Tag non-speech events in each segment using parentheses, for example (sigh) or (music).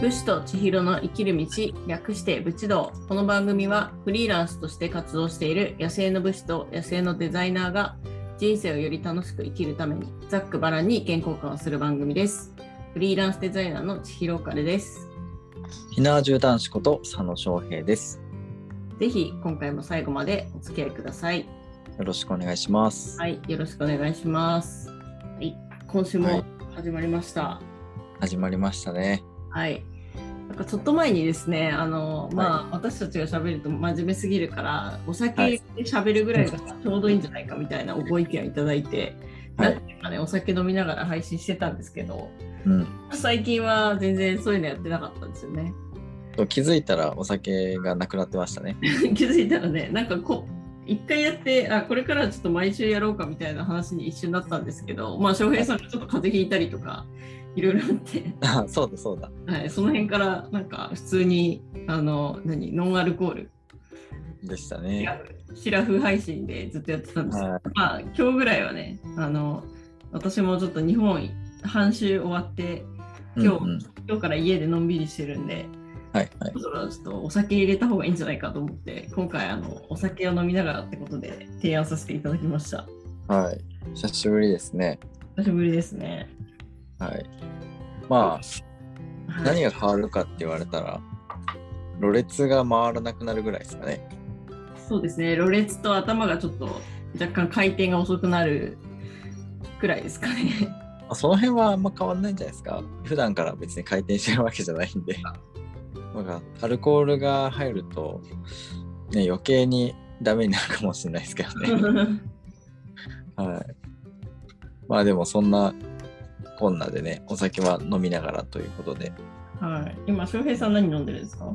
武士と千尋の生きる道略して武士道この番組はフリーランスとして活動している野生の武士と野生のデザイナーが人生をより楽しく生きるためにざっくばらんに意見交換をする番組ですフリーランスデザイナーの千尋かれですひなわじゅう男子こと佐野翔平です。ぜひ今回も最後までお付き合いくださいよろしくお願いします。はいよろしくお願いしますはい今週はもい始まりました、始まりましたね。はい。なんかちょっと前にですね、あの、まあ、私たちが喋ると真面目すぎるから、おは酒いで喋るぐらいがちょうどいいんじゃないかみたいなご意見をいただいて、はないん。ていうかね、お酒飲みながら配信してたんですけど、うん。最近は全然そういうのやってなかったんですよね。 (laughs) そう気づいたらお酒がなくなってましたね。気づいたらね、なんかこう、一回やってあこれからはちょっと毎週やろうかみたいな話に一瞬なったんですけど、まあ、翔平さんがちょっと風邪ひいたりとかいろいろあってあ、そうだそうだ。はい、その辺からなんか普通にあの何ノンアルコールでしたね。シラフ配信でずっとやってたんですけど、はまあ今日ぐらいはねあの私もちょっと日本半周終わってい。今日うんうん今日から家でのんびりしてるんではいはいそ。ろそろちょっとお酒入れた方がいいんじゃないかと思って今回あのお酒を飲みながらってことで提案させていただきましたはい。久しぶりですね。久しぶりですね、はい。まあ、はい、何が変わるかって言われたら、ろれつが回らなくなるぐらいですかね。そうですねろれつと頭がちょっと若干回転が遅くなるくらいですか (laughs) ねまあその辺はあんま変わんないんじゃないですか。普段から別に回転してるわけじゃないんで。なんかアルコールが入ると、ね、余計にダメになるかもしれないですけどね。はい。まあでもそんなこんなでね、お酒は飲みながらということで。はい。今、翔平さん何飲んでるんですか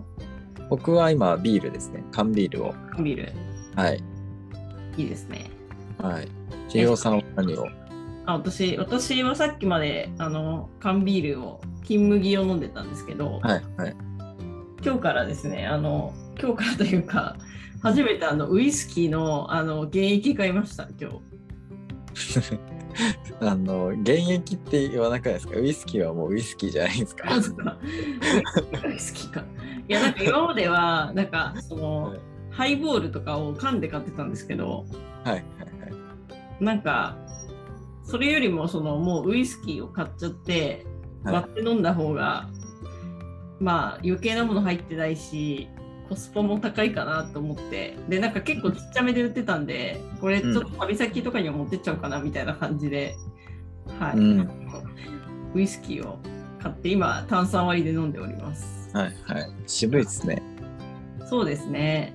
僕は今ビールですね。缶ビールを。ビール。はい。いいですね。はい。千尋さんは何をあ、私、私はさっきまで、あの、缶ビールを、金麦を飲んでたんですけど、はい。はい。今日からですね、あの、今日からというか、初めてあのウイスキーのあの原液買いました、今日。あの、原液って言わなくないですかウイスキーはもうウイスキーじゃないですか。あ、そっ (laughs) か。ウイスキーか。いや、なんか今までは、なんか、その、ハイボールとかを缶で買ってたんですけど、はい。はい。なんか、それよりも、その、もうウイスキーを買っちゃって、はい割って飲んだ方が、まあ、余計なもの入ってないし、コスパも高いかなと思って、で、なんか結構ちっちゃめで売ってたんで、これちょっと旅先とかには持ってっちゃおうかなみたいな感じで、はい、うんウイスキーを買って、今、炭酸割りで飲んでおります。はい。はい。渋いですね。そうですね。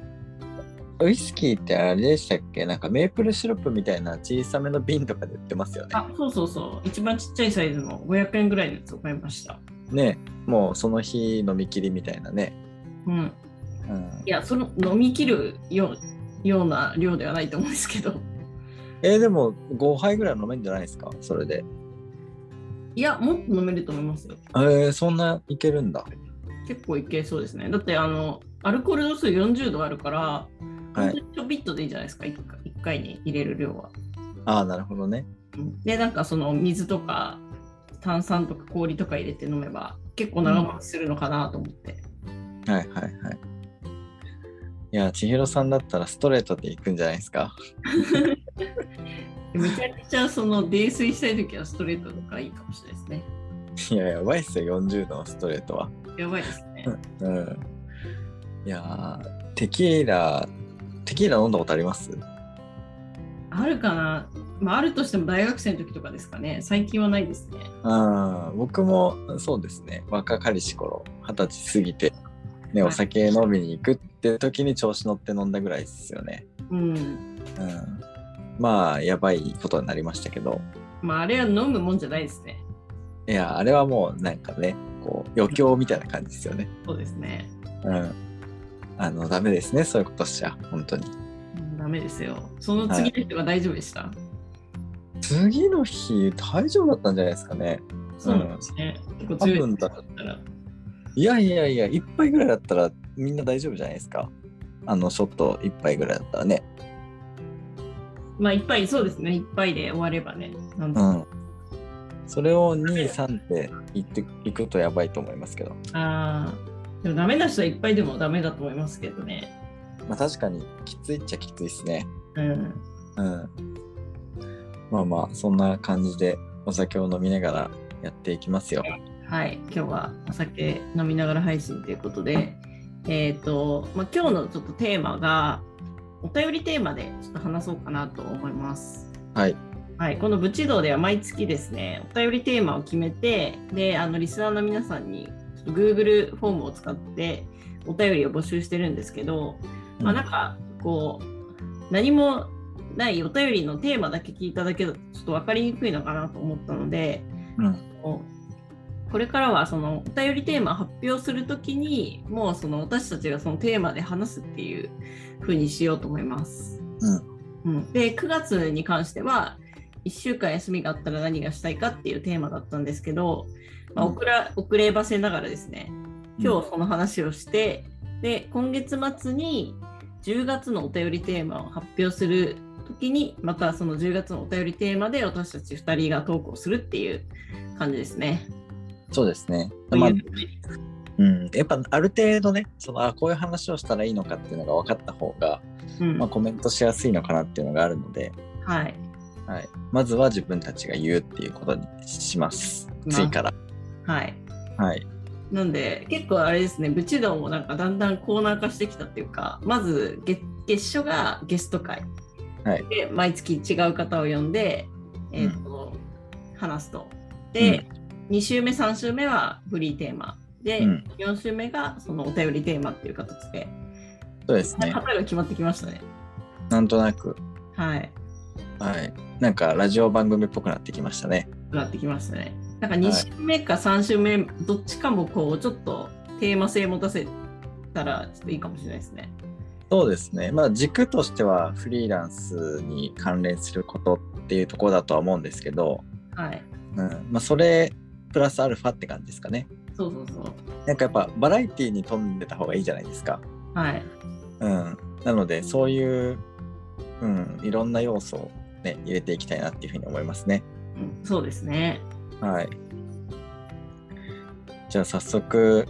ウイスキーってあれでしたっけなんかメープルシロップみたいな小さめの瓶とかで売ってますよね。あ、そうそうそう。一番ちっちゃいサイズの500円ぐらいのやつを買いました。ねもうその日飲み切りみたいなね。うん。うんいや、その飲み切るようような量ではないと思うんですけど、 (laughs) えーでも5杯ぐらい飲めるんじゃないですかそれで。いや、もっと飲めると思いますよ。えーそんないけるんだ。結構いけそうですね。だって、あの、アルコール度数40度あるから、は本当い。にちょびっとでいいじゃないですか、1, 回一回に入れる量は。ああ、なるほどね。うんで、なんかその水とか炭酸とか氷とか入れて飲めば、結構長持ちするのかなと思って。はいはいはい。いや、千尋さんだったらストレートでいくんじゃないですか。でめちゃくちゃその泥酔したい時はストレートとかいいかもしれないですね。いや、やばいっすよ、40度のストレートは。やばいですね。うん。いやー、テキーラ、テキーラ飲んだことありますあるかな、まあ、あるとしても大学生の時とかですかね。最近はないですね。うん僕もそうですね若かりし頃二十歳過ぎて、ね、はいお酒飲みに行くって時に調子乗って飲んだぐらいですよね、うん。うん、まあやばいことになりましたけどまあ、あれは飲むもんじゃないですね。いやあれはもうなんかねこう余興みたいな感じですよねそうですね。うんあのダメですねそういうことしちゃ本当にうんダメですよ。その次の人が大丈夫でした。次の日大丈夫だったんじゃないですかねそうなんですね。結構強い人だったら。いやいやいや一杯ぐらいだったらみんな大丈夫じゃないですかあのショット一杯ぐらいだったらねまあ、いっぱい、そうですね。いっぱいで終わればね。なんうとん。それを23って言っていくとやばいと思いますけど、あーでもダメな人はいっぱいでもダメだと思いますけどね。まあ、確かにきついっちゃきついですねうん。うんまあまあそんな感じでお酒を飲みながらやっていきますよはい、今日はお酒飲みながら配信ということで、えっ、と、まあ、今日のちょっとテーマが、お便りテーマでちょっと話そうかなと思います。はいはい、このブチ道では毎月ですね、お便りテーマを決めて、で、あの、リスナーの皆さんに、ちょっと Google フォームを使って、お便りを募集してるんですけど、まあ、なんかこう何もないお便りのテーマだけ聞いただけだとちょっと分かりにくいのかなと思ったので、うんこうこれからはそのお便りテーマ発表するときにもうその私たちがそのテーマで話すっていう風にしようと思います。うん、で9月に関しては1週間休みがあったら何がしたいかっていうテーマだったんですけど、まあ、うん遅ら遅ればせながらですね今日その話をして、で今月末に10月のお便りテーマを発表する時にまたその10月のお便りテーマで私たち2人が投稿するっていう感じですね。そうですね、とまあいううん、やっぱある程度ねそのあこういう話をしたらいいのかっていうのが分かった方が、うんまあ、コメントしやすいのかなっていうのがあるので、はい、はい、まずは自分たちが言うっていうことにしますまあ次からはいはいなんで結構あれですね、ブチドンもなんかだんだんコーナー化してきたっていうか、まず月月初がゲスト会、はいで毎月違う方を呼んで、えーと話すと。で、2週目、3週目はフリーテーマ。で、うん4週目がそのお便りテーマっていう形で、そうですねパターンが決まってきましたね。なんとなくはい、はいなんかラジオ番組っぽくなってきましたねなってきましたね。なんか2週目か3週目、どっちかもこうちょっとテーマ性持たせたらちょっといいかもしれないですね。そうですねまあ軸としてはフリーランスに関連することっていうところだとは思うんですけど、はい、うんまあ、それプラスアルファって感じですかねそうそうそう。なんかやっぱバラエティに富んでた方がいいじゃないですかはい、うん、なのでそういう、うん、いろんな要素を、ね、入れていきたいなっていうふうに思いますね。うんそうですね。はい、じゃあ早速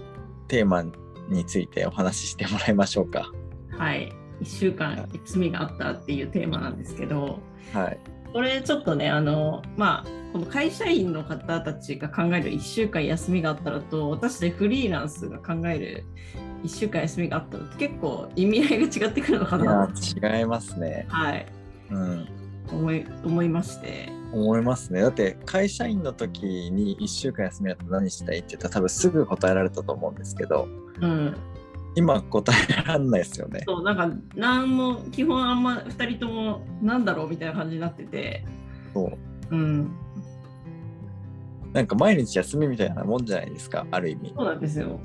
テーマについてお話ししてもらいましょうか。はい。1週間休みがあったっていうテーマなんですけど、はい、これちょっとね、あの、まあ、この会社員の方たちが考える1週間休みがあったらと、私でフリーランスが考える1週間休みがあったらと、結構意味合いが違ってくるのかいやな、違いますね、はい、うん。思い、思いまして。思いますね。だって会社員の時に1週間休みだと何したいって言ったら多分すぐ答えられたと思うんですけどうん。今答えられないですよね。そう、なんか、なんも、基本あんま2人とも、なんだろうみたいな感じになってて、そううん。なんか毎日休みみたいなもんじゃないですかある意味。そうなんですよ。だか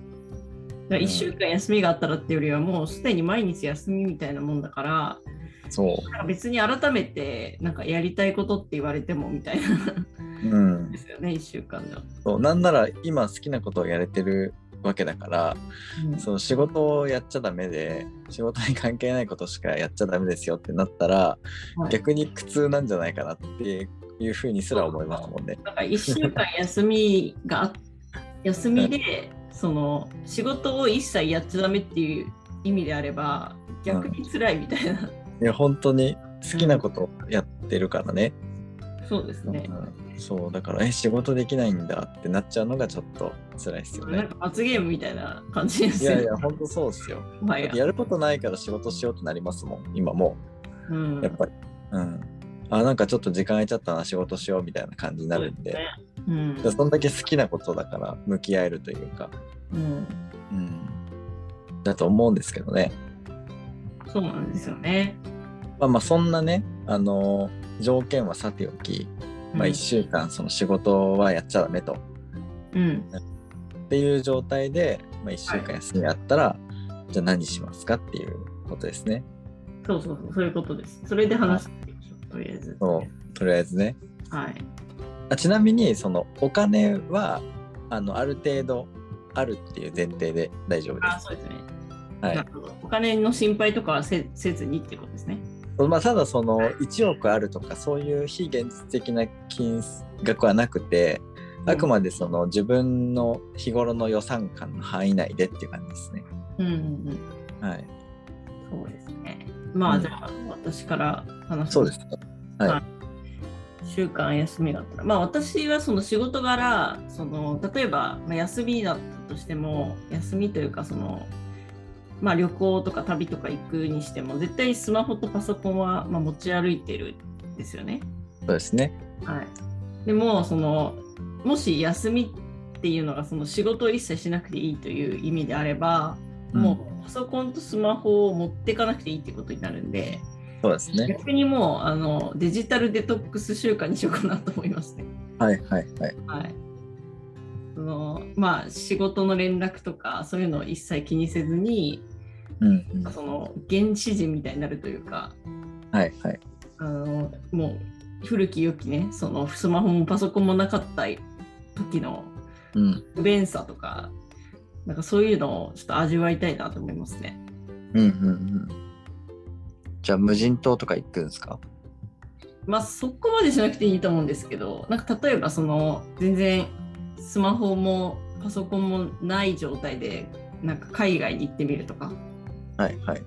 ら1週間休みがあったらっていうよりは、もうすでに毎日休みみたいなもんだから、そうなんか別に改めて、なんかやりたいことって言われてもみたいなうんで、すよね、1週 (laughs) 間じゃ。そうなんなら今好きなことをやれてるわけだから、うんその仕事をやっちゃダメで仕事に関係ないことしかやっちゃダメですよってなったら、はい逆に苦痛なんじゃないかなっていうふうにすら思いますもんね。なんか1週間休みが (laughs) あ、休みで、その仕事を一切やっちゃダメっていう意味であれば、逆に辛いみたいな。いや本当に好きなことをやってるからね。そうですね。うんそうだからえ仕事できないんだってなっちゃうのがちょっと辛いですよなんね。か罰ゲームみたいな感じでいすよやね。いや本当そうですよ。もはだっやてやることないから仕事しようとなりますもん今もう。うんやっぱり。うん。あ、なんかちょっと時間空いちゃったな、仕事しようみたいな感じになるんで。そそうすねうんんだけ好きなことだから、向き合えるというか。うんうん。だと思うんですけどね。そうなんですよね。まあまあ、そんなね、あのー条件はさておき、まあ、1週間、その仕事はやっちゃダメと。うん、っていう状態で、まあ、1週間休みあったら、じゃあ何しますかっていうことですね。そうそうそう、そういうことです。それで話していきましょう、とりあえず。そうとりあえずね。はい。あちなみに、その、お金は、あの、ある程度、あるっていう前提で大丈夫ですあ、。そうですね。はいな、るほど。お金の心配とかはせせずにってことですね。まあ、ただその1億あるとかそういう非現実的な金額はなくてあくまでその自分の日頃の予算感の範囲内でっていう感じですね。うんうんうんはい、そうですね。まあ、うんじゃあ、私から話そうです。はい週間休みだったら。まあ、私はその仕事柄、その例えば、まあ、休みだったとしても、休みというか、その、まあ、旅行とか旅とか行くにしても、絶対スマホとパソコンは、まあ、持ち歩いてるんですよね。そうですね。はい、でもそのもし休みっていうのがその仕事を一切しなくていいという意味であれば、もうパソコンとスマホを持っていかなくていいってことになるんでうんそうですね。逆にもうあのデジタルデトックス習慣にしようかなと思いました、はいはいはい。はいそのまあ、仕事の連絡とかそういうのを一切気にせずにうんうん、その原始人みたいになるというかはいはい。あのもう古き良きねそのスマホもパソコンもなかった時のうん不便さとかなんかそういうのをちょっと味わいたいなと思いますね。うんうんうん。じゃあ無人島とか行くんですかまあそこまでしなくていいと思うんですけどなんか例えばその全然スマホもパソコンもない状態でなんか海外に行ってみるとかはいはい。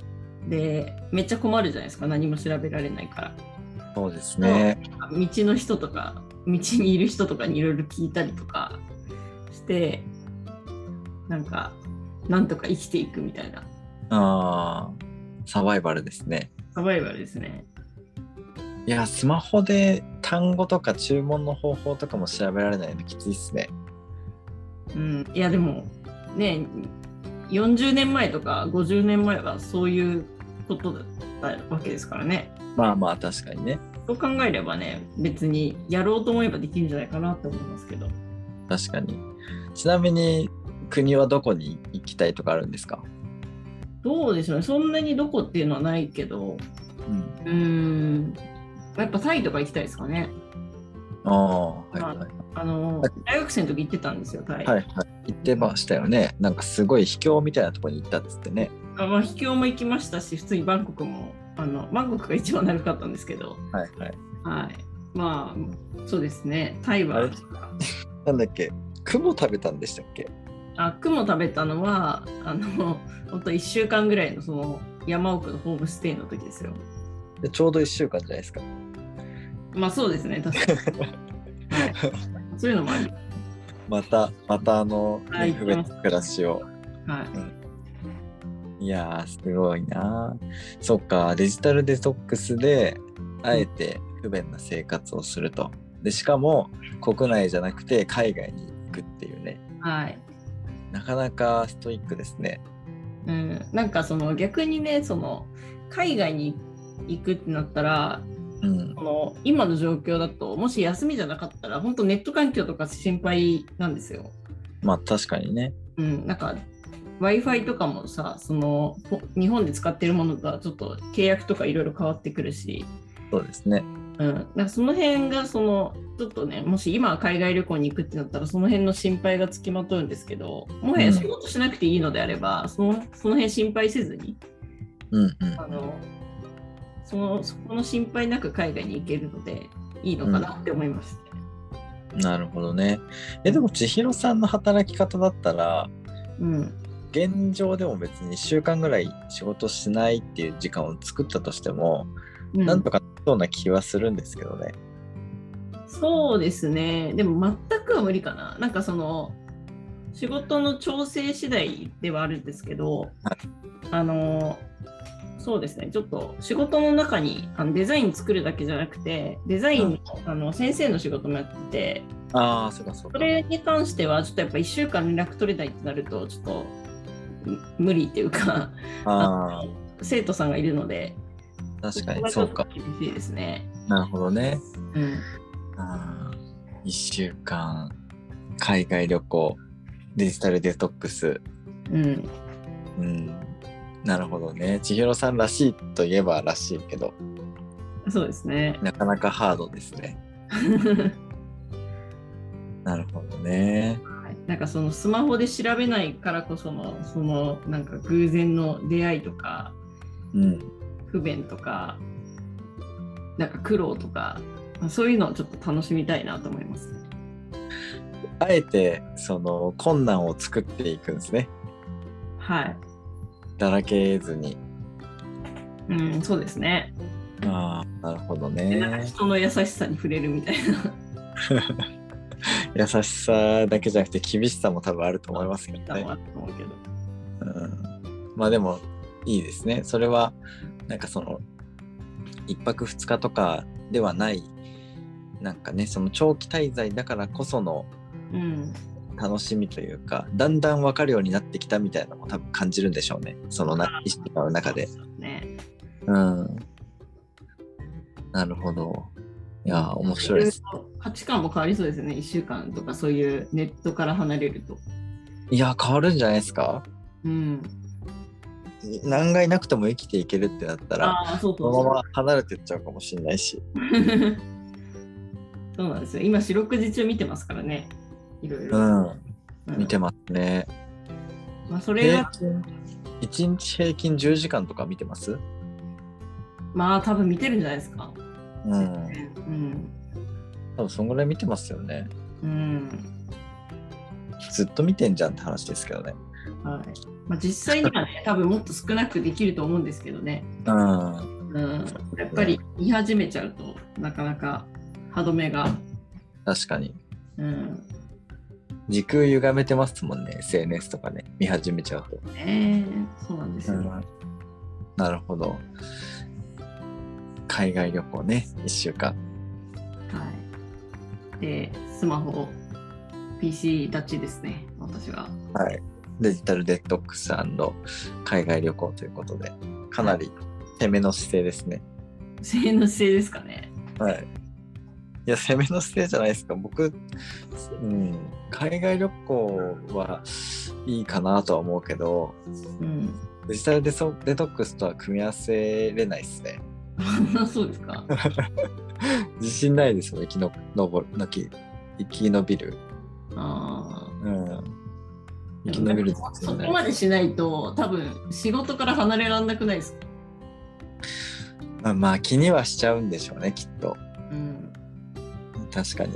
でめっちゃ困るじゃないですか何も調べられないから。そうですね。道の人とか道にいる人とかにいろいろ聞いたりとかしてなんかなんとか生きていくみたいなああ、サバイバルですね。サバイバルですね。いや、スマホで単語とか注文の方法とかも調べられないのきついっすね。うん、いやでもね40年前とか50年前はそういうことだったわけですからねまあまあ確かにね。そう考えればね別にやろうと思えばできるんじゃないかなと思いますけど確かに。ちなみに国はどこに行きたいとかあるんですかどうでしょうねそんなにどこっていうのはないけどうん。うーんやっぱタイとか行きたいですかねああ、はいはい。はあのはい大学生の時行ってたんですよタイ、いはい。行ってましたよね。なんかすごい秘境みたいなところに行ったっつってね。あまあ秘境も行きましたし普通にバンコクもあのバンコクが一番長かったんですけどはいはい。はいまあそうですねタイあはれなんだっけ雲食べたんでしたっけあ雲食べたのはあの本当1週間ぐらいのその山奥のホームステイの時ですよでちょうど1週間じゃないですか。まあそうですね確かに、はい、そういうのもありまた、またあの、ねはい不便な暮らしを。はいいやー、すごいなー。そっか、デジタルデトックスで、あえて不便な生活をすると。で、しかも、国内じゃなくて海外に行くっていうね。はいなかなかストイックですね。うん、なんかその逆にねその海外に行くってなったらうん。この今の状況だともし休みじゃなかったら本当ネット環境とか心配なんですよまあ、確かにね。うん、なんか w i f i とかもさそのほ日本で使ってるものとはちょっと契約とかいろいろ変わってくるし、そうですね。うん、なんかその辺がそのちょっとねもし今海外旅行に行くってなったらその辺の心配がつきまとうんですけどもはや仕事しなくていいのであれば、そのその辺心配せずにうんうん。あのそのそこの心配なく海外に行けるのでいいのかなって思いました。なるほどね。え、でも、千尋さんの働き方だったら、うん現状でも別に1週間ぐらい仕事しないっていう時間を作ったとしても、うんなんとかなりそうな気はするんですけどね。そうですね。でも全くは無理かな。なんかその仕事の調整次第ではあるんですけど、はあのそうですね。ちょっと仕事の中にあのデザイン作るだけじゃなくて、デザインの,、あの先生の仕事もやってて、ああ、そうかそうそか。れに関してはちょっとやっぱ1週間連絡取れないってなるとちょっとむ無理っていうか、あ生徒さんがいるので、あ、確かここにがちそょうっとか。厳しいですね。なるほどね。うん。あ1週間、海外旅行、デジタルデトックス。うん。うん。なるほどね。千尋さんらしいといえばらしいけど、そうですね。なかなかハードですね。なるほどね。はいなんかそのスマホで調べないからこそのそのなんか偶然の出会いとかうん。不便とかなんか苦労とかそういうのをちょっと楽しみたいなと思います。あえてその困難を作っていくんですねはい、だらけずにうん、そうですね。ああなるほどでなんかね人の優しさに触れるみたいな。優しさだけじゃなくて厳しさも多分あると思いますけのどねもあると思うけど。うんまあでもいいですねそれはなんかその1泊2日とかではないなんかねその長期滞在だからこそのうん、楽しみというかだんだん分かるようになってきたみたいなのも多分感じるんでしょうねそのな1週間の中で。ね、うん、なるほど。いやー面白いです。ろろ価値観も変わりそうですね、1週間とかそういうネットから離れると。いやー変わるんじゃないですかうん、何がいなくても生きていけるってなったらああ、そうそそうのまそま離れてっちゃうかもしれないし。う。 (laughs) そうなんですよ。今、四六時中見てますからね、いろいろ。うんうん見てますね。まあ、それ平が、均1日平均10時間とか見てますまあ、多分見てるんじゃないですか。うん。うん。多分そんぐらい見てますよね。うん。ずっと見てんじゃんって話ですけどね。はい。まあ、実際には (laughs) ね、多分もっと少なくできると思うんですけどね。うん。うん。やっぱり見始めちゃうと、なかなか歯止めが。確かに。うん。時空歪めてますもんね。SNS とかね。見始めちゃうと。ねえそうなんですよ。なるほど。海外旅行ね。1週間。はい。で、スマホ、PC 立ちですね、私は。はい。デジタルデトックス海外旅行ということで。かなり攻めの姿勢ですね。声援の姿勢ですかね。はい。いや、攻めの姿勢じゃないですか。僕、うん、海外旅行はいいかなとは思うけど、うん。 (laughs) デジタルデソデトックスとは組み合わせれないですね。 (laughs) そうですか。自信ないですもん、生きのぼる、のき生き延びる。あうん。ー生き延びる自そ信こなまいでしないと、多分仕事から離れらんなくないですか。まあ、まあ、気にはしちゃうんでしょうね、きっと。うん。確かに。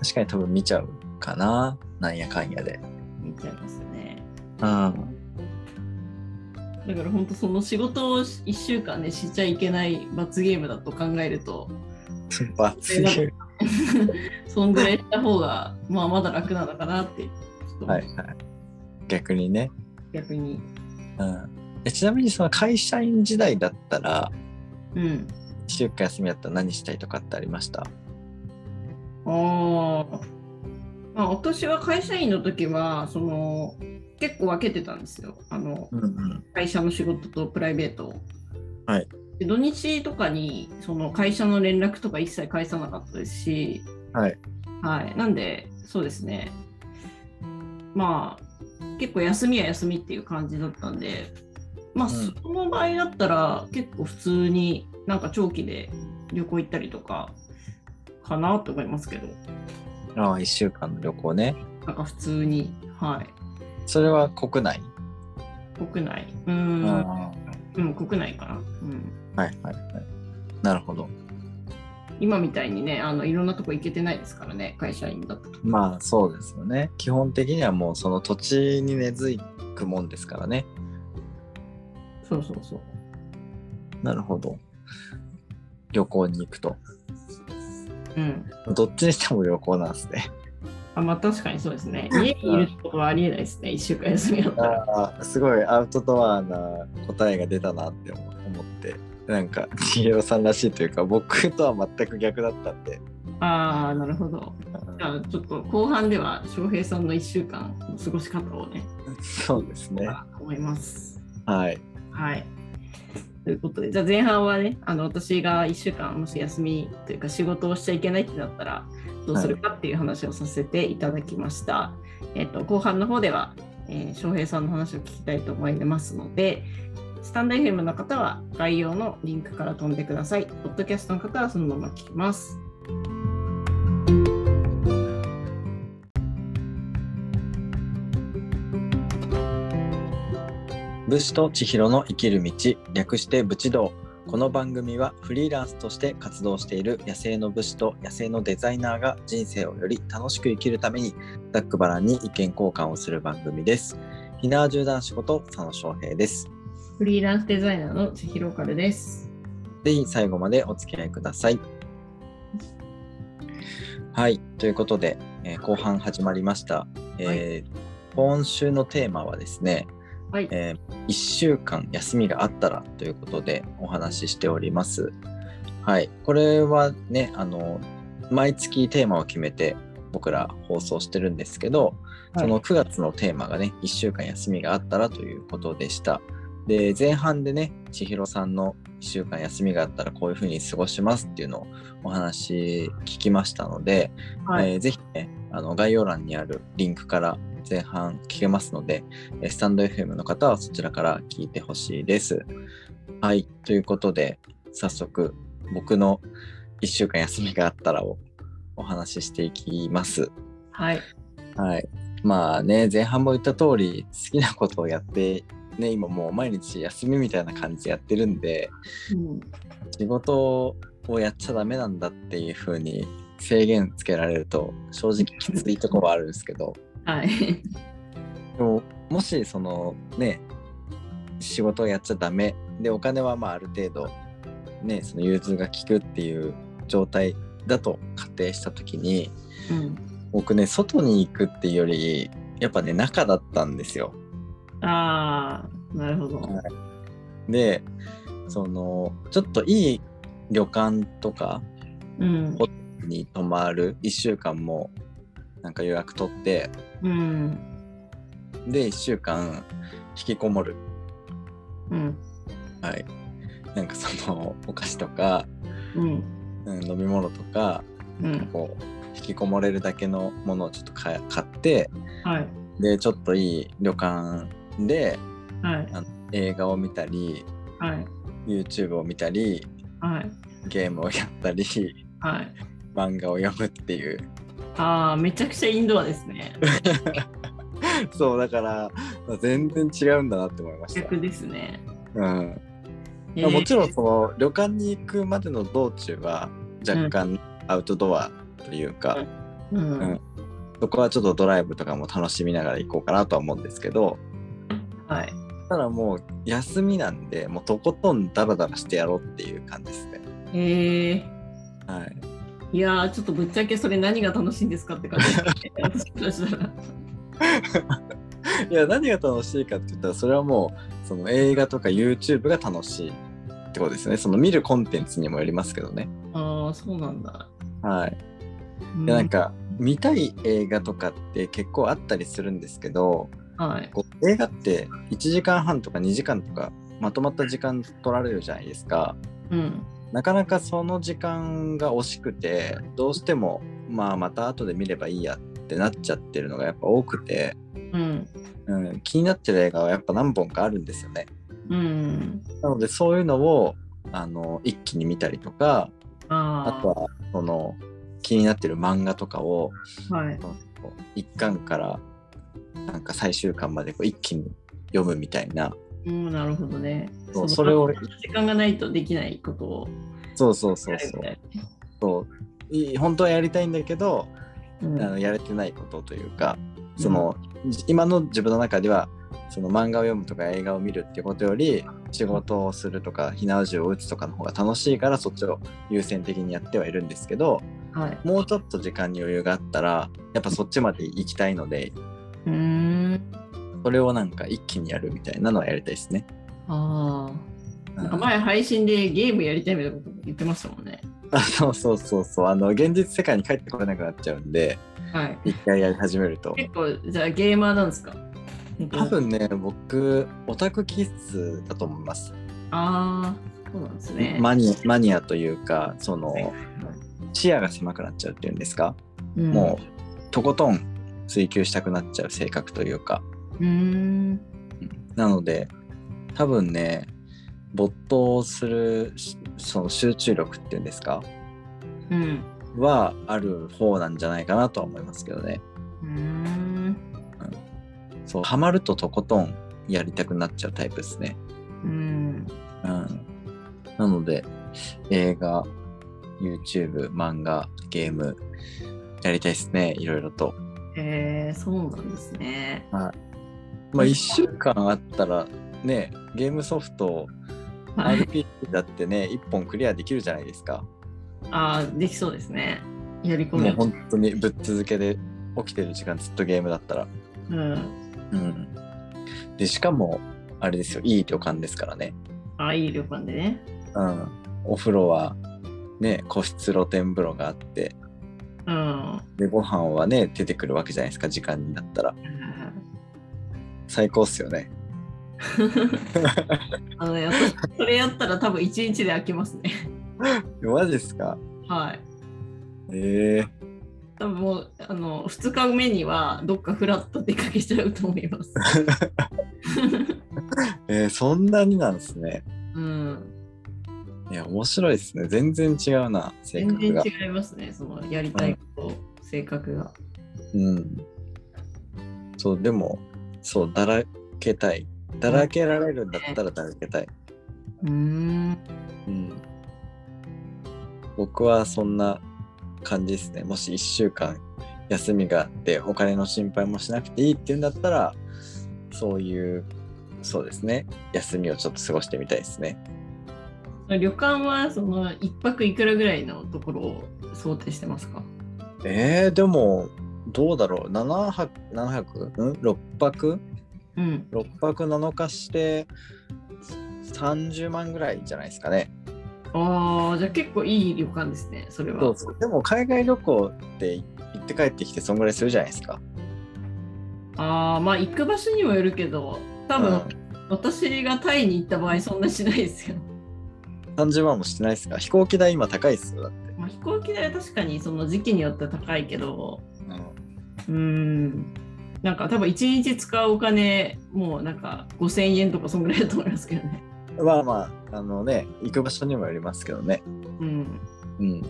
確かに多分見ちゃうかな。なんやかんやで。見ちゃいますよね。うん。 (laughs) だから本当その仕事を1週間ねしちゃいけない罰ゲームだと考える (laughs) と罰ゲーム。そんぐらいした方がまあまだ楽なのかなってちょっと思うはいはい。逆にね。逆にうんえちなみにその会社員時代だったらうん1週間休みだったら何したいとかってありましたああ。まあ、私は会社員の時は、その、結構分けてたんですよ。あの、うんうん会社の仕事とプライベートを。はいで。土日とかに、その会社の連絡とか一切返さなかったですし、はいはい。なんで、そうですね。まあ、結構休みは休みっていう感じだったんで、まあ、うんその場合だったら、結構普通になんか長期で旅行行ったりとか、かなと思いますけど。ああ1週間の旅行ねなんか普通に、はい、それは国内国内、う、うんはうん、国内かな、うん。いはいはいなるほど今みたいにね、あのいろんなとこ行けてないですからね、会社員だと。まあそうですよね基本的にはもうその土地に根付くもんですからねそうそうそう。なるほど旅行に行くとうん。どっちにしても旅行なんですねあまあ確かにそうですね。家にいることはありえないですね、1週間休みだったら。あーすごいアウトドアな答えが出たなって思思ってなんか千尋さんらしいというか僕とは全く逆だったんで、ああ、なるほど。じゃあちょっと後半では、翔平さんの1週間の過ごし方をね、そうですね思います。はいはい。ということで、じゃあ前半はね、あの私が1週間、もし休みというか仕事をしちゃいけないってなったら、どうするかっていう話をさせていただきました。えっと後半の方では、えー翔平さんの話を聞きたいと思いますので、スタンド FM の方は概要のリンクから飛んでください。ポッドキャストの方はそのまま聞きます。武士と千尋の生きる道略して武士道この番組はフリーランスとして活動している野生の武士と野生のデザイナーが人生をより楽しく生きるためにざっくばらんに意見交換をする番組です。ひなわ縦断士こと佐野翔平です。フリーランスデザイナーの千尋カルです。ぜひ最後までお付き合いください。はい、ということで、えー後半始まりました、えー今週のテーマはですね、はい。え1週間休みがあったらということでお話ししております。はい、これはねあの毎月テーマを決めて僕ら放送してるんですけど、はいその9月のテーマがね1週間休みがあったらということでした。で前半でね千尋さんの1週間休みがあったらこういうふうに過ごしますっていうのをお話聞きましたので、はい。えーぜひ、ね、あの概要欄にあるリンクから前半聞けますので、えースタンド FM の方はそちらから聞いてほしいです。はい、ということで、早速、僕の1週間休みがあったらをお話ししていきます。はい。はい。まあね、前半も言った通り、好きなことをやって、ね、今もう毎日休みみたいな感じでやってるんで、うん仕事をやっちゃダメなんだっていう風に制限つけられると正直きついとこはあるんですけどはい。 (laughs) でももしそのね仕事をやっちゃダメでお金はまあある程度ねその融通が利くっていう状態だと仮定した時にうん。僕ね外に行くっていうよりやっぱね中だったんですよ。ああ、なるほど。でそのちょっといい旅館とかうん。に泊まる1週間もなんか予約取ってうん。で1週間引きこもるうん。はいなんかそのお菓子とか、うん。うん、飲み物とかうん。こう引きこもれるだけのものをちょっと買買ってはい。でちょっといい旅館ではい。映画を見たりはい。 YouTube を見たりはい。ゲームをやったりはい。漫画を読むっていうああ、めちゃくちゃインドアですね。そうだから全然違うんだなって思いました。逆ですね。うんえまあーもちろんその旅館に行くまでの道中は若干アウトドアというか、うん。うんそこはちょっとドライブとかも楽しみながら行こうかなとは思うんですけどはい。ただもう休みなんでもうとことんダラダラしてやろうっていう感じですね。えーはい、いやーちょっとぶっちゃけそれ何が楽しいんですかって感じですね私からしたら。いや何が楽しいかって言ったらそれはもうその映画とか YouTube が楽しいってことですねその見るコンテンツにもよりますけどね。ああ、そうなんだ。はい、うでなん、か見たい映画とかって結構あったりするんですけど、はい。こう映画って1時間半とか2時間とかまとまった時間取られるじゃないですかうん。なかなかその時間が惜しくてどうしてもまあまた後で見ればいいやってなっちゃってるのがやっぱ多くて、うん。うん、気になってる映画はやっぱ何本かあるんですよねうん。なのでそういうのをあの一気に見たりとかああとはその気になってる漫画とかをあ、はい。 1巻からなんか最終巻までこう一気に読むみたいなうん、なるほどね。そうのそれを時間がないとできないことをそうそうそやうるそうみたいそうい本当はやりたいんだけど、あな。のやれてないことというかその、じ今の自分の中ではその漫画を読むとか映画を見るってことより仕事をするとか火縄銃を撃つとかの方が楽しいからそっちを優先的にやってはいるんですけどうんはい。もうちょっと時間に余裕があったらやっぱそっちまで行きたいのでうーん。それをなんか一気にやるみたいなのはやりたいですね。あうあ。 (laughs) なんんか前配信でゲームやりたいみたいなこと言ってましたもんね。あそうそうそうそうあの現実世界に帰ってこれなくなっちゃうんではい。一回やり始めると。結構、じゃあゲーマーなんですか多。分ね僕オタク気質だと思います、ああ、そうなんですね。マニマニアというかそのは視野が狭くなっちゃうっていうんですか、いうんもうとことん追求したくなっちゃう性格というかうーん。なので多分ね没頭するしその集中力っていうんですかうん。はある方なんじゃないかなとは思いますけどねうーん。そうハマるととことんやりたくなっちゃうタイプですねうん。うんなので、映画、YouTube、漫画、ゲーム、やりたいですね、いろいろと。へえそうなんですね。まあ、1週間あったら、ね、ゲームソフト、はい、 RPG だってね、1本クリアできるじゃないですか。あーできそうですね。やり込もうむ。本当にぶっ続けで起きてる時間ずっとゲームだったら。うん、うん。で、しかも、あれですよ、いい旅館ですからね。あーいい旅館でね。うん。お風呂は、ね、個室露天風呂があって、うん。で、ご飯はね、出てくるわけじゃないですか、時間になったら。最高っすよね。あのね、私それやったら多分一日で飽きますね。マジですかはい。ええ多分もうあの2日目にはどっかフラッと出かけちゃうと思い (laughs) ます。えーそんなになんですね。うん、いや、面白いですね。全然違うな、性全格然が。違いますね、そのやりたいこと、性格が。うん。そう、でも、そう、だらけたい。だらけられるんだったらだらけたい。うーん、うん。僕はそんな感じですね。もし1週間休みがあって、お金の心配もしなくていいっていうんだったら、そういう、そうですね。休みをちょっと過ごしてみたいですね。旅館はその1泊いくらぐらいのところを想定してますかえー、でも、どうだろう。7泊、7泊ん ?6 泊うん、 ?6 泊7日して、30万ぐらいじゃないですかね。ああ、じゃあ結構いい旅館ですね、それは。そうそう。でも、海外旅行って行って帰ってきて、そんぐらいするじゃないですか。ああ、まあ行く場所にもよるけど、多分、うん私がタイに行った場合そんなしないですよ。 30万もしてないですか飛行機代今高いっすよだって、まあ、飛行機代は確かにその時期によって高いけど、うーん、なんか多分一日使うお金、もうなんか5000円とかそんぐらいだと思いますけどね。まあまああのね行く場所にもよりますけどねうん。うん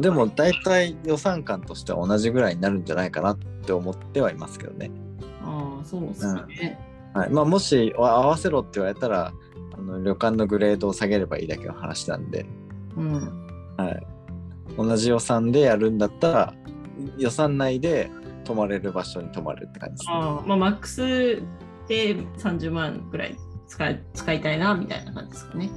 でも大体予算感としては同じぐらいになるんじゃないかなって思ってはいますけどね、ああ、そうですね。はいまあ、もしあ合わせろって言われたらあの旅館のグレードを下げればいいだけの話なんで、うん。はい、同じ予算でやるんだったら予算内で泊まれる場所に泊まるって感じですねああ、まあマックスで30万ぐらい使い使いたいなみたいな感じですかね。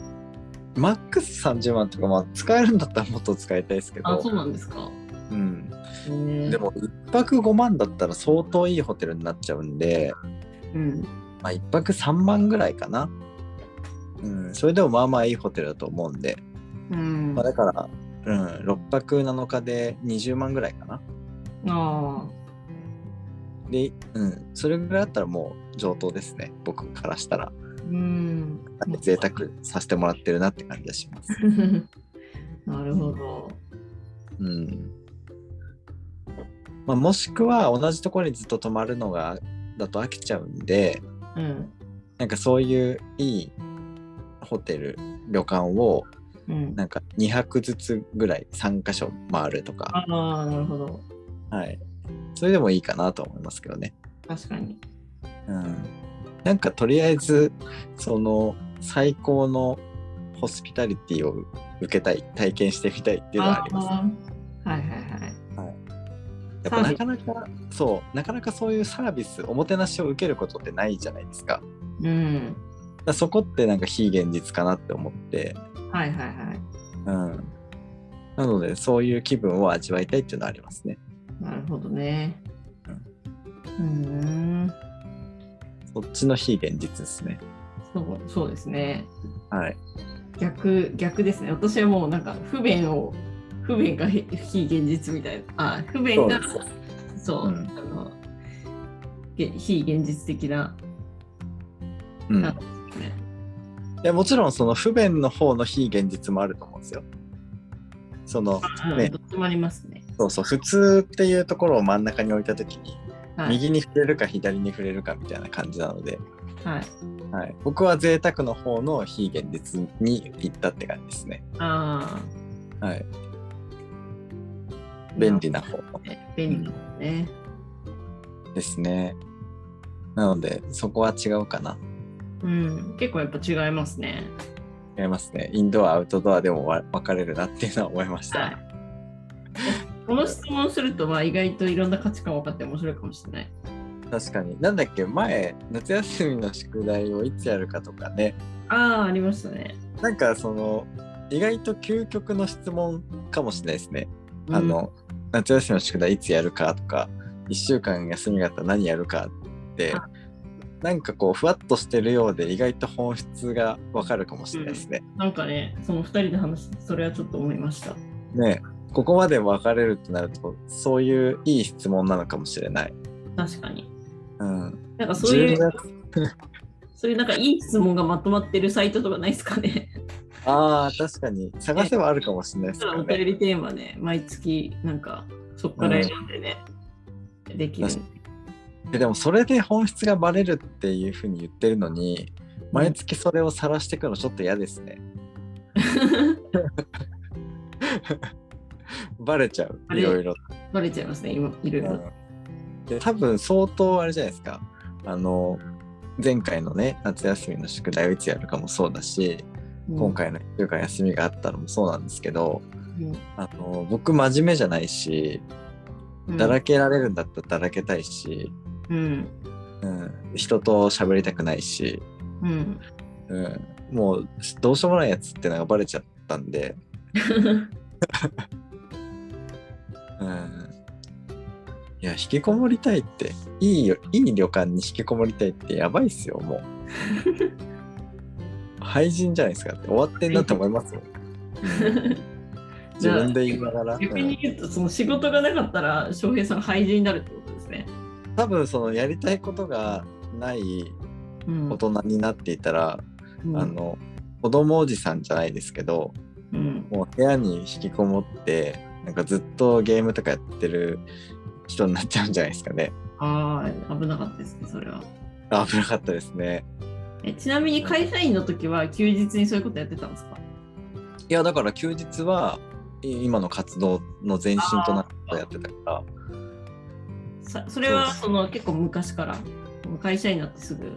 マックス30万とか、まあ、使えるんだったらもっと使いたいですけどあそうなんですか。うん、へーで、も1泊5万だったら相当いいホテルになっちゃうんで、うん。まあ、1泊3万ぐらいかな。うん、それでもまあまあいいホテルだと思うんで、うん、まあ、あだから、うん、6泊7日で20万ぐらいかな。あ。で、うん、それぐらいだったらもう上等ですね、僕からしたら。うん。贅沢させてもらってるなって感じがします。 (laughs) なるほど。うんまあ、もしくは同じところにずっと泊まるのがだと飽きちゃうんで、うん。なんかそういういいホテル旅館をうん、なんか2泊ずつぐらい3か所回るとか、ああ、なるほど。はい、それでもいいかなと思いますけどね、確かに。うん、なんかとりあえずその最高のホスピタリティを受けたい体験してみたいっていうのはありますあーはいはいはい。やっぱなかなかそうなかなかそういうサービスおもてなしを受けることってないじゃないですかだかうん。らそこってなんか非現実かなって思ってはいはいはい。うんなので、そういう気分を味わいたいっていうのはありますね。なるほどね。ううん。そっちの非現実ですね。そうそうですね。はい。逆逆ですね。私はもうなんか不便を不便が非非現実みたいな。あ不便がそうそう、うんあのげ非現実的な。うん。あいねや、もちろん、その不便の方の非現実もあると思うんですよ。その、うんねどっちもありますね。そうそう、普通っていうところを真ん中に置いたときに、はい、右に触れるか左に触れるかみたいな感じなので、はい、はい。僕は贅沢の方の非現実に行ったって感じですね。あはい。あ便利な方ね便利ですね。ですね。なので、そこは違うかな。うん、結構やっぱ違いますね。違いますね。インドア、アウトドアでもわ分かれるなっていうのは思いました。はい。この質問すると、まあ、意外といろんな価値観分かって面白いかもしれない。確かに。なんだっけ、前、夏休みの宿題をいつやるかとかね。ああ、ありましたね。なんかその、意外と究極の質問かもしれないですね。あの、夏休みの宿題いつやるかとか、1週間休みがあったら何やるかってあ、なんかこう、ふわっとしてるようで、意外と本質がわかるかもしれないですね。うん、なんかね、その2人で話して、それはちょっと思いました。ねここまで分かれるとなると、そういういい質問なのかもしれない。確かに。うん。なんかそうい12う、月そういうなんかいい質問がまとまってるサイトとかないですかね。 (laughs) ああ、確かに。探せばあるかもしれないですたかだらおね。便りテーマね、毎月なんかそこから選んでね、できる。確ででもそれで本質がバレるっていうふうに言ってるのに毎月それを晒していくのちょっと嫌ですね。バレちゃうバレいろいろ。 (laughs) バレちゃいますね、今いろいろ。で多分相当あれじゃないですかあの前回のね夏休みの宿題をいつやるかもそうだし、うん今、回の1週間休みがあったのもそうなんですけどうんあの僕真面目じゃないしだらけられるんだったらだらけたいし、うん。うん、人と喋りたくないし。うん。うん、もうどうしようもないやつってのがバレちゃったんで、うん、いや引きこもりたいっていいよいい旅館に引きこもりたいってやばいっす (laughs) よもう廃人じゃないですかって終わってんなって思いますよ (laughs) 自分で言いながら、う逆にん、言うと、その仕事がなかったら、翔平さん廃人になるってことですね。多分そのやりたいことがないうん大人になっていたら、うんあの子供おじさんじゃないですけどうんもう部屋に引きこもってなんかずっとゲームとかやってる人になっちゃうんじゃないですかねああ、危なかったですね、それは。あ危なかったですねえちなみに会社員の時は休日にそういうことやってたんですかいやだから休日はい今の活動の前身となってやってたからさそれはそうですその結構昔から会社員になってすぐ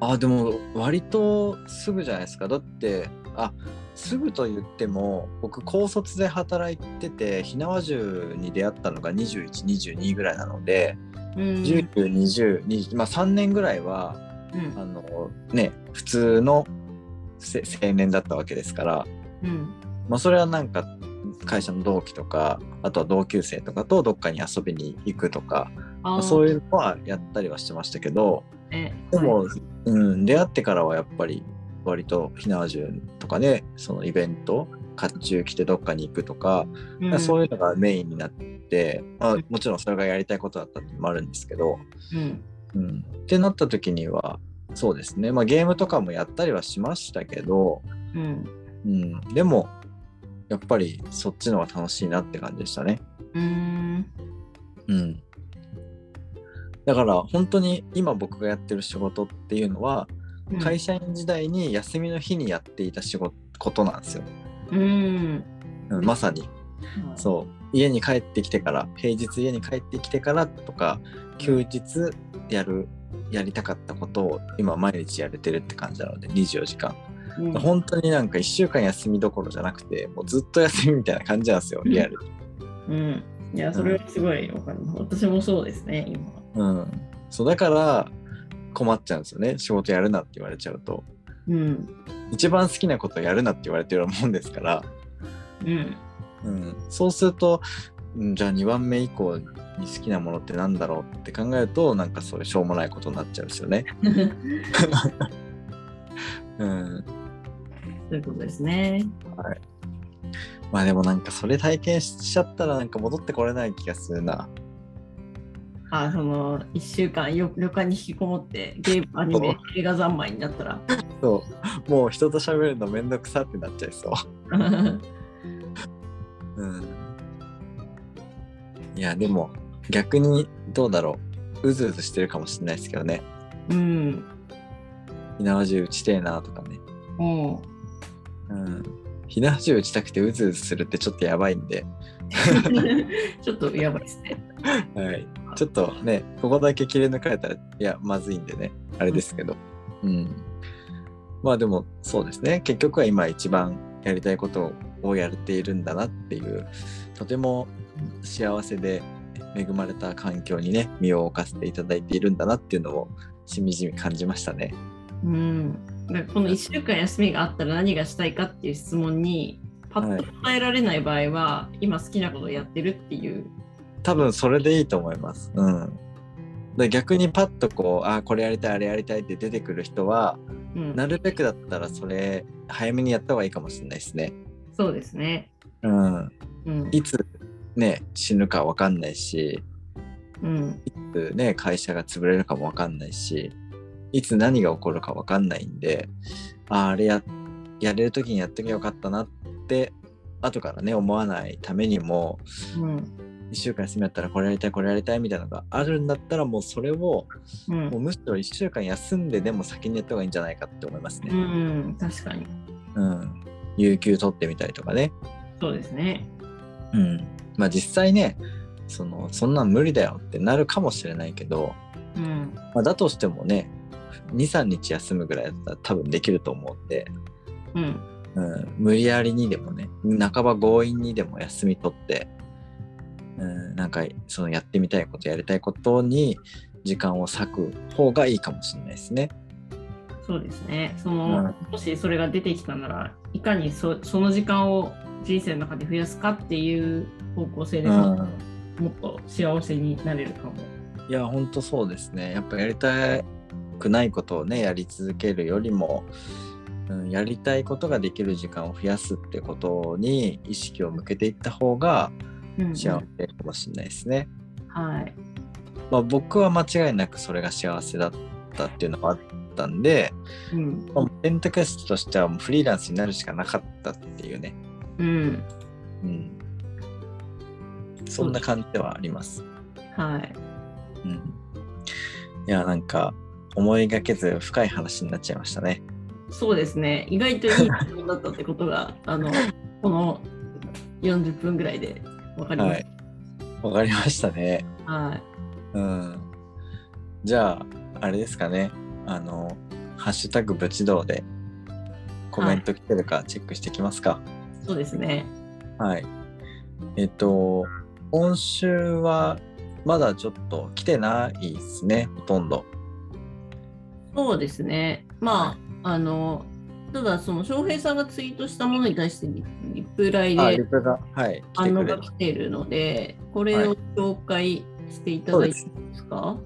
あでも割とすぐじゃないですかだってあすぐと言っても僕高卒で働いてて火縄銃に出会ったのが2122ぐらいなので、うん1920まあ3年ぐらいはうんあのね普通のせ青年だったわけですから、うんまあ、それはなんか会社の同期とかあとは同級生とかとどっかに遊びに行くとか、あまーあ、そういうのはやったりはしてましたけどねでも、はいうん、出会ってからはやっぱり割と火縄銃とかねそのイベント甲冑着てどっかに行くとか、うんそういうのがメインになって、まあ、もちろんそれがやりたいことだったってのもあるんですけど、うんうん、ってなった時にはそうですね、まあ、ゲームとかもやったりはしましたけど、うんうん、でもやっぱりそっちの方が楽しいなって感じでしたね。うーんうん、だから本当に今僕がやってる仕事っていうのはうん会社員時代に休みの日にやっていた仕事ことなんですよ、うんうん、まさにうそう家に帰ってきてから平日家に帰ってきてからとか休日やるやりたかったことを今毎日やれてるって感じなので24時間うん本当になんか1週間休みどころじゃなくてもうずっと休みみたいな感じなんですよリアル、うんいやそれはすごいわかります私もそうですね今うん、そうだから困っちゃうんですよね仕事やるなって言われちゃうとうん一番好きなことやるなって言われてるようなもんですから、うんうん、そうするとうんじゃあ2番目以降に好きなものってなんだろうって考えるとなんかそれしょうもないことになっちゃうんですよね、うん、そういうことですねまあでもなんかそれ体験しちゃったらなんか戻ってこれない気がするなあその1週間よ旅館に引きこもってゲームアニメ映画三昧になったら (laughs) そうもう人と喋るのめんどくさってなっちゃいそううんいやでも逆にどうだろううずうずしてるかもしれないですけどねうん火縄銃打ちてえなとかねもうん火縄銃打ちたくてうずうずするってちょっとやばいんで、う (laughs) ちょっとやばいですねはい、ちょっとねここだけ切り抜かれたらいやまずいんでねあれですけどうん、まあでもそうですね結局は今一番やりたいことをやれているんだなっていうとても幸せで恵まれた環境にね身を置かせていただいているんだなっていうのをしみじみ感じましたね。うん、だからこの1週間休みがあったら何がしたいかっていう質問にパッと答えられない場合は、今好きなことをやってるっていう。多分それでいいと思います。うん、で逆にパッとこうあーこれやりたいあれやりたいって出てくる人はうん、なるべくだったらそれ早めにやった方がいいかもしれないですね。そうですね。うん、うん、いつね死ぬか分かんないしうん、いつね会社が潰れるかも分かんないしいつ何が起こるか分かんないんであーあれややれる時にやってみよかったなって後からね思わないためにもうん、 1週間休みだったらこれやりたいこれやりたいみたいなのがあるんだったらもうそれをう、もうんむしろ1週間休んででも先にやった方がいいんじゃないかって思いますうね。ん、確かに。うん、有給取ってみたりとかね。そうですね。うん、まあ実際ねそのそんなん無理だよってなるかもしれないけど、うん、まあ、だとしてもね23日休むぐらいだったら多分できると思うんで、うん、うん、無理やりにでもね半ば強引にでも休み取って、うん、なんかそのやってみたいことやりたいことに時間を割く方がいいかもしれないですね。そうですね。そうの、んもしそれが出てきたならいかにそその時間を人生の中で増やすかっていう方向性で、うんもっと幸せになれるかも。いや本当そうですねやっぱやりたくないことをねやり続けるよりも、うん、やりたいことができる時間を増やすってことに意識を向けていった方がうん幸せかもしれないですね、はい。まあ、僕は間違いなくそれが幸せだったっていうのがあったんで、うん。まあ選択肢としてはもうフリーランスになるしかなかったっていうね、うん。うん、そんな感じではありますはい。うんいやなんか思いがけず深い話になっちゃいましたね。そうですね。意外といい質問だったってことが、 (laughs) あの、この40分ぐらいで分かりまはしい。わかりましたね。た。はい。うん。じゃああれですかね。あのハッシュタグブチ道でコメント来てるかチェックしてきますか。そうですね。はい。えっと今週はまだちょっと来てないですね。ほとんど。そうですね。まあ、あの、ただ、その翔平さんがツイートしたものに対してリリプライあ、でリプがはい来て反く応れがる。来ているので、これを紹介していただいていいですか、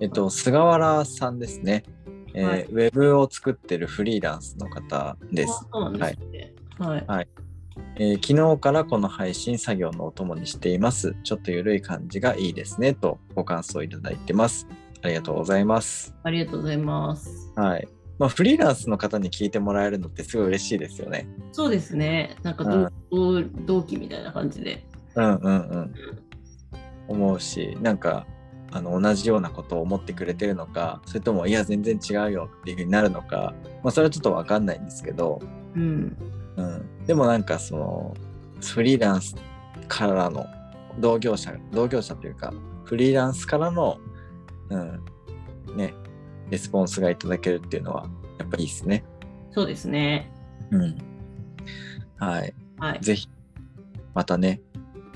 えっと、菅原さんですね、えーはいウェブを作ってるフリーランスの方ですあ。そうなんですね。はい。えー昨日からこの配信作業のお供にしています。ちょっとゆるい感じがいいですね。とご感想いただいてます。ありがとうございます。ありがとうございます。はい。まあ、フリーランスの方に聞いてもらえるのってすごい嬉しいですよね。そうですね。なんか同同同期みたいな感じで。うんうんうん。思うし、なんか、あの同じようなことを思ってくれてるのかそれともいや全然違うよっていうふうになるのか、まあ、それはちょっとわかんないんですけど、うん。うん、でもなんかそのフリーランスからの同業者同業者というかフリーランスからの、うんね、レスポンスがいただけるっていうのはやっぱいいですね。そうですね。うんはい、はい。ぜひまたね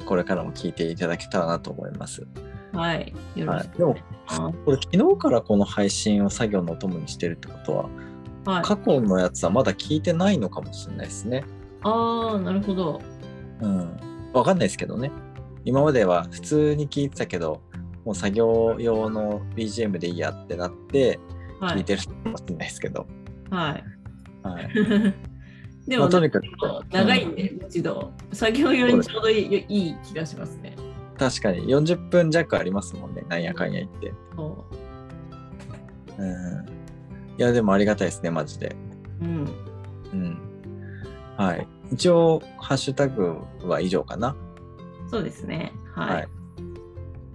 これからも聞いていただけたらなと思います。はい。よろはしい、くでもお願いしこれ昨日からこの配信を作業のお供にしてるってことはます。はい。過去のやつはまだ聞いてないのかもしれないですね。ああ、なるほど。うん、わかんないですけどね今までは普通に聞いてたけどもう作業用の BGM でいいやってなっては聞いい。てるかもしれないですけど、はい。 (laughs) はいでまも、あとにかく長いんで、一度。作業用にちょうどいいいい気がしますね。確かに40分弱ありますもんねなんやかんや言って、そううん、いやでもありがたいですねマジで、うん。うんはい、一応ハッシュタグは以上かな、そうですね。はい。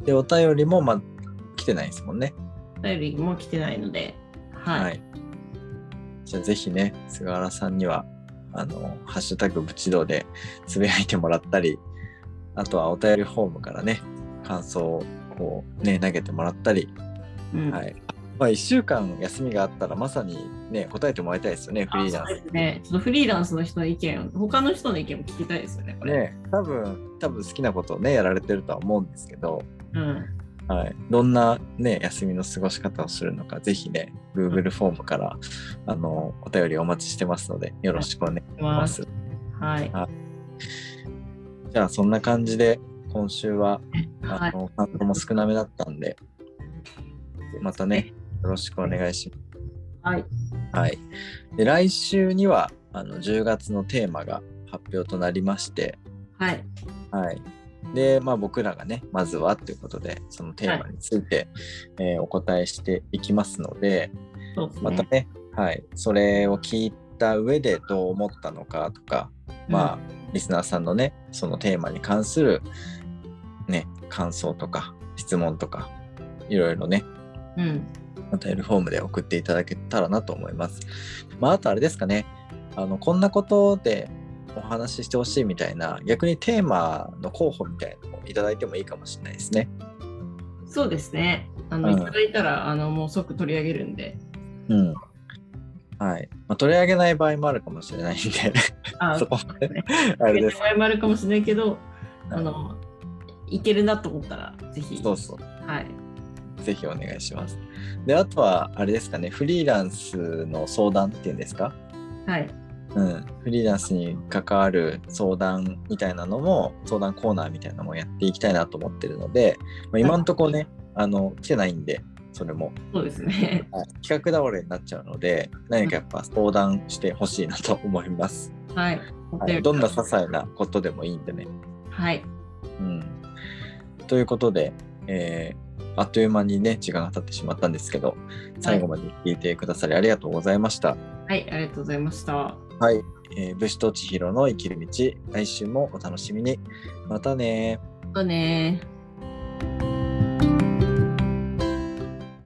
でお便りも、ま、来てないですもんねお便りも来てないので。は。はいい。じゃあぜひね、菅原さんには、あの、ハッシュタグぶちどうでつぶやいてもらったり、あとはお便りフォームからね、感想をね、投げてもらったり、うんはい。まあ、1週間休みがあったらまさにね答えてもらいたいですよねフリーランスね、ちょっとフリーランスの人の意見、他の人の意見も聞きたいですよね、これ。ね多分多分好きなことをねやられてるとは思うんですけど、うん。はい、どんなね休みの過ごし方をするのかぜひね Google フォームからあのお便りお待ちしてますのでよろしくお願いします。はい。じゃあそんな感じで今週ははあい。の感想も少なめだったんでまたねよろしくお願いしまはい。す。はい、で来週にはあの10月のテーマが発表となりまして、はい。はい。で、まあ僕らがね、まずはということで、そのテーマについて、えーお答えしていきますので、そうですまたね。ね、はい、それを聞いた上でどう思ったのかとか、まあ、リスナーさんのね、そのテーマに関する、ね、感想とか、質問とか、いろいろね、うん。お便りフォームで送っていただけたらなと思います。まあ、あとあれですかね、あのこんなことでお話ししてほしいみたいな、逆にテーマの候補みたいなのもいただいてもいいかもしれないですね。そうですね。あの、うんいただいたら、あの、もう即取り上げるんで。うん。はい。まあ、取り上げない場合もあるかもしれないんで、あ、 (laughs) そこはねね、あれです。謝るかもしれないけど、あの、いけるなと思ったら、ぜひ。そうそう。はい。ぜひお願いします。で、あとは、あれですかね、フリーランスの相談っていうんですかはい。うん、フリーランスに関わる相談みたいなのも相談コーナーみたいなのもやっていきたいなと思ってるので、まあ、今んとこね、あの来てないんでそれもそうです (laughs) ね。企画倒れになっちゃうので何かやっぱ相談してほしいなと思います、はい。はい、どんな些細なことでもいいんでね、はい。うん、ということで、えーあっという間にね時間が経ってしまったんですけど最後まで聞いてくださりありがとうございました、はい。ありがとうございました。はい、えー、武士と千尋の生きる道来週もお楽しみにまたねーまたねー。